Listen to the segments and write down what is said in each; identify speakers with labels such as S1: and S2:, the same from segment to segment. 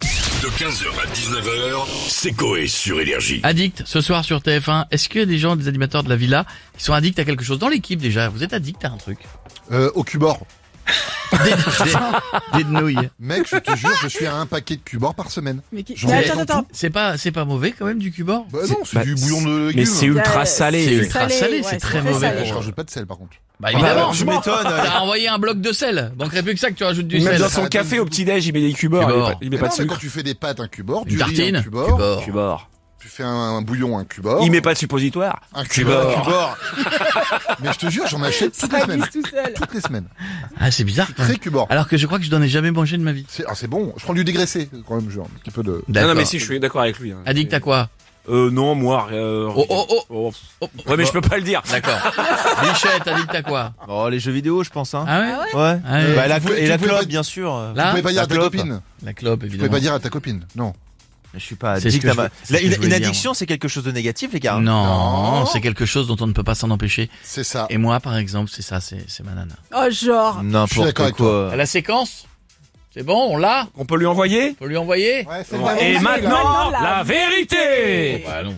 S1: De 15h à 19h, c'est Coé sur Énergie.
S2: Addict, ce soir sur TF1, est-ce qu'il y a des gens, des animateurs de la villa qui sont addicts à quelque chose Dans l'équipe déjà, vous êtes addict à un truc
S3: Euh, au cubor.
S2: Des, des- des nouilles.
S3: Mec, je te jure, je suis à un paquet de cubor par semaine.
S4: Mais, qui...
S3: J'en
S4: mais
S3: ai
S4: attends,
S3: dans
S4: attends.
S2: C'est pas, c'est pas mauvais quand même du cubord
S3: Bah non, c'est
S5: bah,
S3: du bouillon de
S5: Mais
S3: légumes.
S5: c'est ultra
S4: Ouais,
S5: salé.
S2: C'est
S4: c'est
S2: ultra
S4: salé,
S2: salé,
S4: ouais,
S2: c'est
S4: c'est
S2: très
S4: très
S2: mauvais
S4: salé.
S3: Ouais, je
S2: pour
S3: rajoute pas de sel par contre.
S2: Bah évidemment,
S5: Ah, je m'étonne.
S2: t'as envoyé un bloc de sel. Manquerait plus que ça que tu rajoutes du
S5: Même
S2: sel.
S5: dans
S3: ça
S5: son
S3: donne
S5: café au petit-déj, il met des
S2: Du
S5: cubeurs.
S2: bord.
S5: Il met
S3: Mais
S5: pas
S3: non,
S5: de
S3: mais quand
S5: sucre.
S3: tu fais des pâtes, un cubor,
S2: Une
S3: du riz, un
S2: tartine
S3: cubor,
S2: Cubord.
S5: Cubeur.
S3: tu fais un, un bouillon, un cubor,
S5: Il met pas de suppositoire.
S3: un
S5: Cubord.
S3: cubor, cubor. Mais je te jure, j'en achète toutes les
S4: Ça
S3: semaines.
S4: glisse tout seul.
S3: Toutes les semaines.
S2: Ah, c'est bizarre quand même.
S3: Très cubor.
S2: Alors que je crois que je n'en ai jamais mangé de ma vie.
S3: C'est ah, c'est bon, je prends du dégraissé quand même, genre, un petit peu de...
S5: Non,
S2: D'accord.
S5: non, mais si, je suis d'accord avec lui. hein.
S2: Addict à quoi
S5: Euh, non, moi. euh,
S2: Oh, oh, oh.
S5: oh, pff.
S2: Oh,
S5: Ouais, mais je peux pas le dire.
S2: D'accord. Bichette, addict à quoi
S6: Oh, les jeux vidéo, je pense, hein.
S2: Ah ouais,
S6: ouais.
S2: Ah ouais.
S6: Bah, la
S3: Vous
S6: clo-
S3: pouvez-
S6: et la
S3: vous pouvez
S6: clope,
S3: pas-
S6: bien sûr.
S3: Tu
S2: Là,
S3: pouvais pas dire à
S6: la
S3: ta
S6: clope.
S3: copine
S2: Ah. la clope
S3: Tu pouvais
S2: évidemment.
S3: pas dire à ta copine, non.
S6: Je suis pas
S2: C'est ce
S6: addict
S2: que
S6: à
S2: je
S6: ma-
S2: veux- c'est
S6: La-
S2: ce que
S6: une,
S2: je voulais
S6: une
S2: dire,
S6: addiction, c'est quelque chose de négatif, les gars.
S2: Non,
S3: Non.
S2: c'est quelque chose dont on ne peut pas s'en empêcher.
S3: C'est ça.
S2: Et moi, par exemple, c'est ça, c'est c'est ma nana.
S4: Oh, genre.
S3: Je suis
S6: N'importe
S3: d'accord avec
S6: quoi.
S2: La séquence C'est bon, on l'a
S5: On peut lui envoyer
S2: On peut lui envoyer
S3: Ouais, c'est
S4: Ouais.
S5: Et
S4: Et
S5: maintenant,
S4: maintenant, la
S5: la vérité
S2: Bah non.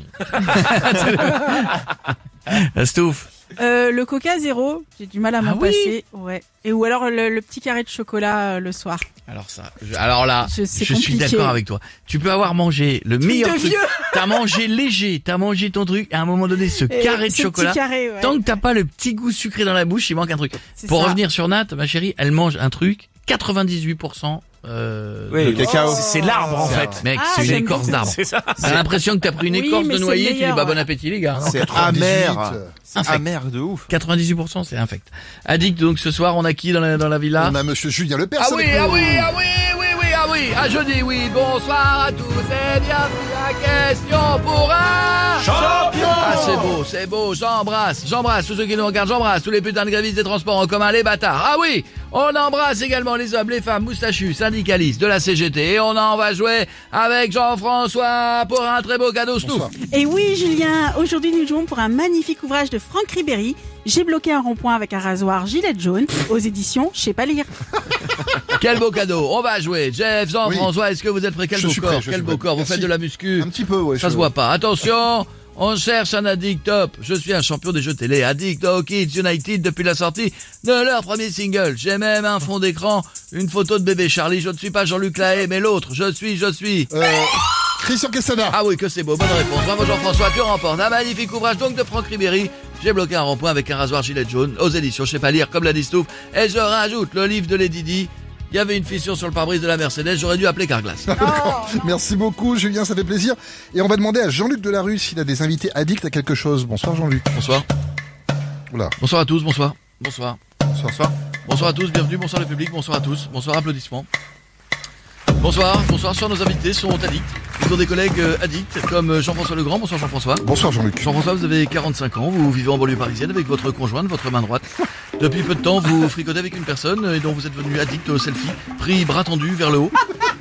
S2: La stouffe.
S4: Euh, le coca zéro, j'ai du mal à m'en
S2: Ah oui
S4: passer. Ouais. Et ou alors le, le petit carré de chocolat euh, le soir.
S2: Alors ça, je- alors là,
S4: Je- c'est
S2: je suis
S4: compliqué.
S2: d'accord avec toi. Tu peux avoir mangé le meilleur
S4: de
S2: truc.
S4: vieux.
S2: T'as mangé léger, t'as mangé ton truc. À un moment donné, ce
S4: Et
S2: carré de
S4: ce petit
S2: chocolat.
S4: carré, ouais.
S2: Tant que t'as pas le petit goût sucré dans la bouche, il manque un truc.
S4: C'est
S2: Pour
S4: ça.
S2: revenir sur Nat, ma chérie, elle mange un truc 98%. Euh, de-
S5: Oui,
S3: cacao.
S5: C'est c'est l'arbre, en
S3: C'est
S5: fait.
S3: un-
S2: Mec,
S4: Ah,
S2: c'est une
S4: j'aime
S2: écorce
S4: bien.
S2: d'arbre.
S5: C'est ça.
S2: T'as l'impression que t'as pris une
S4: Oui,
S2: écorce de
S4: mais c'est le
S2: noyer, tu dis
S4: meilleur,
S2: bah bon
S4: ouais.
S2: appétit les gars.
S6: C'est
S3: 98,
S6: amer. Ah
S3: euh,
S6: C'est amer de ouf.
S2: 98% c'est infect. Addict donc ce soir on a qui dans la, dans la villa
S3: On a monsieur Julien Lepers.
S2: Ah oui,
S3: avec
S2: ah
S3: nous.
S2: oui, ah oui, oui, oui, ah oui, à jeudi, oui, bonsoir à tous et bienvenue à Question pour un champion Ah c'est beau, c'est beau, j'embrasse, j'embrasse tous ceux qui nous regardent, j'embrasse tous les putains de grévistes des transports en commun, les bâtards Ah oui, on embrasse également les hommes, les femmes, moustachus, syndicalistes de la CGT et on en va jouer avec Jean-François pour un très beau cadeau Stouff
S3: Bonsoir.
S4: Et oui, Julien, aujourd'hui nous jouons pour un magnifique ouvrage de Franck Ribéry. J'ai bloqué un rond-point avec un rasoir gilet jaune aux éditions Je sais pas lire.
S2: Quel beau cadeau On va jouer Jeff, Jean-François, est-ce que vous êtes prêts Quel
S3: Je
S2: beau
S3: suis
S2: corps,
S3: prêt, je
S2: quel
S3: suis
S2: beau
S3: prêt.
S2: corps, vous
S3: Merci.
S2: faites de la muscu
S3: Un petit peu, ouais.
S2: Ça
S3: je-
S2: se voit pas. Attention, on cherche un addict top. Je suis un champion des jeux télé, addict au Kids United depuis la sortie de leur premier single. J'ai même un fond d'écran, une photo de bébé Charlie. Je ne suis pas Jean-Luc Lahaye, mais l'autre. Je suis, je suis.
S3: Euh, Christian Quesada.
S2: Ah oui, que c'est beau. Bonne réponse. Bravo Jean-François, tu remportes un magnifique ouvrage donc de Franck Ribéry. J'ai bloqué un rond-point avec un rasoir gilet jaune aux éditions Je sais pas lire, comme la Distouffe. Et je rajoute le livre de Lady Di. Il y avait une fissure sur le pare-brise de la Mercedes, j'aurais dû appeler Carglass.
S3: Merci beaucoup, Julien, ça fait plaisir. Et on va demander à Jean-Luc Delarue s'il a des invités addicts à quelque chose. Bonsoir, Jean-Luc.
S2: Bonsoir.
S3: Oula.
S2: Bonsoir à tous, bonsoir. Bonsoir.
S3: Bonsoir, bonsoir.
S2: Bonsoir à tous, bienvenue, bonsoir le public, bonsoir à tous, bonsoir applaudissements. Bonsoir, bonsoir, ce soir nos invités sont addicts. Ils ont des collègues euh, addicts comme euh, Jean-François Legrand, bonsoir Jean-François.
S3: Bonsoir, Jean-Luc.
S2: Jean-François, vous avez 45 ans, vous vivez en banlieue parisienne avec votre conjointe, votre main droite. Depuis peu de temps, vous fricotez avec une personne euh, et dont vous êtes venu addict au selfie, pris bras tendu vers le haut.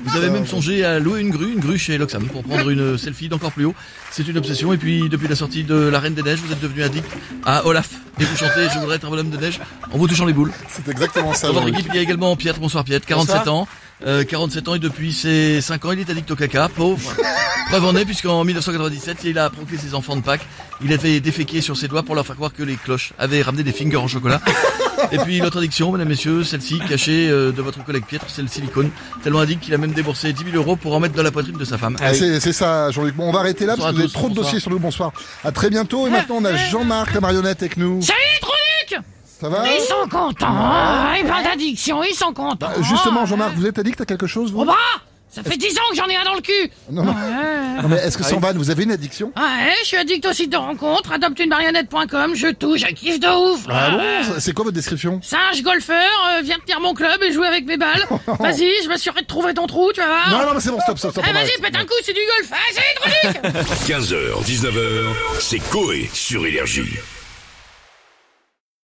S2: Vous avez même songé à louer une grue, une grue chez Loxam pour prendre une selfie d'encore plus haut. C'est une obsession et puis depuis la sortie de La Reine des Neiges, vous êtes devenu addict à Olaf et vous chantez Je voudrais être un bonhomme de neige en vous touchant les boules.
S3: C'est exactement ça,
S2: Dans votre
S3: Jean-Luc.
S2: équipe, il y a également Pierre. Bonsoir Pierre, 47
S5: Bonsoir.
S2: ans. Euh, 47 ans et depuis ses 5 ans, il est addict au caca, pauvre. Preuve en est, puisqu'en 1997, il a proqué ses enfants de Pâques. Il avait déféqué sur ses doigts pour leur faire croire que les cloches avaient ramené des fingers en chocolat. Et puis l'autre addiction, mesdames, messieurs, celle-ci, cachée euh, de votre collègue Pierre, c'est le silicone. Tellement addict qu'il a même déboursé 10 000 euros pour en mettre dans la poitrine de sa femme.
S3: Ah, C'est c'est ça, Jean-Luc. Bon, on va arrêter là
S2: Bonsoir
S3: parce que
S2: à
S3: vous avez
S2: tous,
S3: trop de
S2: bonsoir.
S3: dossiers sur nous. Bonsoir. À très bientôt. Et maintenant, on a Jean-Marc, la marionnette, avec nous. Salut, Truc Ça va
S7: Ils sont contents, hein, ils parlent d'addiction, ils sont contents.
S3: Bah, Justement, Jean-Marc, vous êtes addict à quelque chose, vous
S7: Oh bah, ça fait 10 ans que j'en ai un dans le cul.
S3: Non, non.
S7: Ouais,
S3: Non, mais est-ce que sans vanne, vous avez une addiction
S7: ouais, je suis addict au site de rencontres, adopteunebarionnette.com, je touche, je kiffe de ouf. Euh,
S3: Ah bon C'est quoi votre description
S7: Singe golfeur, euh, viens tenir mon club et jouer avec mes balles. Vas-y, je m'assurerai de trouver ton trou, tu vas voir.
S3: Non, non, mais c'est bon, stop, stop, stop.
S7: Eh,
S3: on arrête.
S7: Ah. vas-y, pète un coup, Ah, c'est du golf. Ah, c'est truc
S1: 15h, 19h, c'est Coé sur Énergie.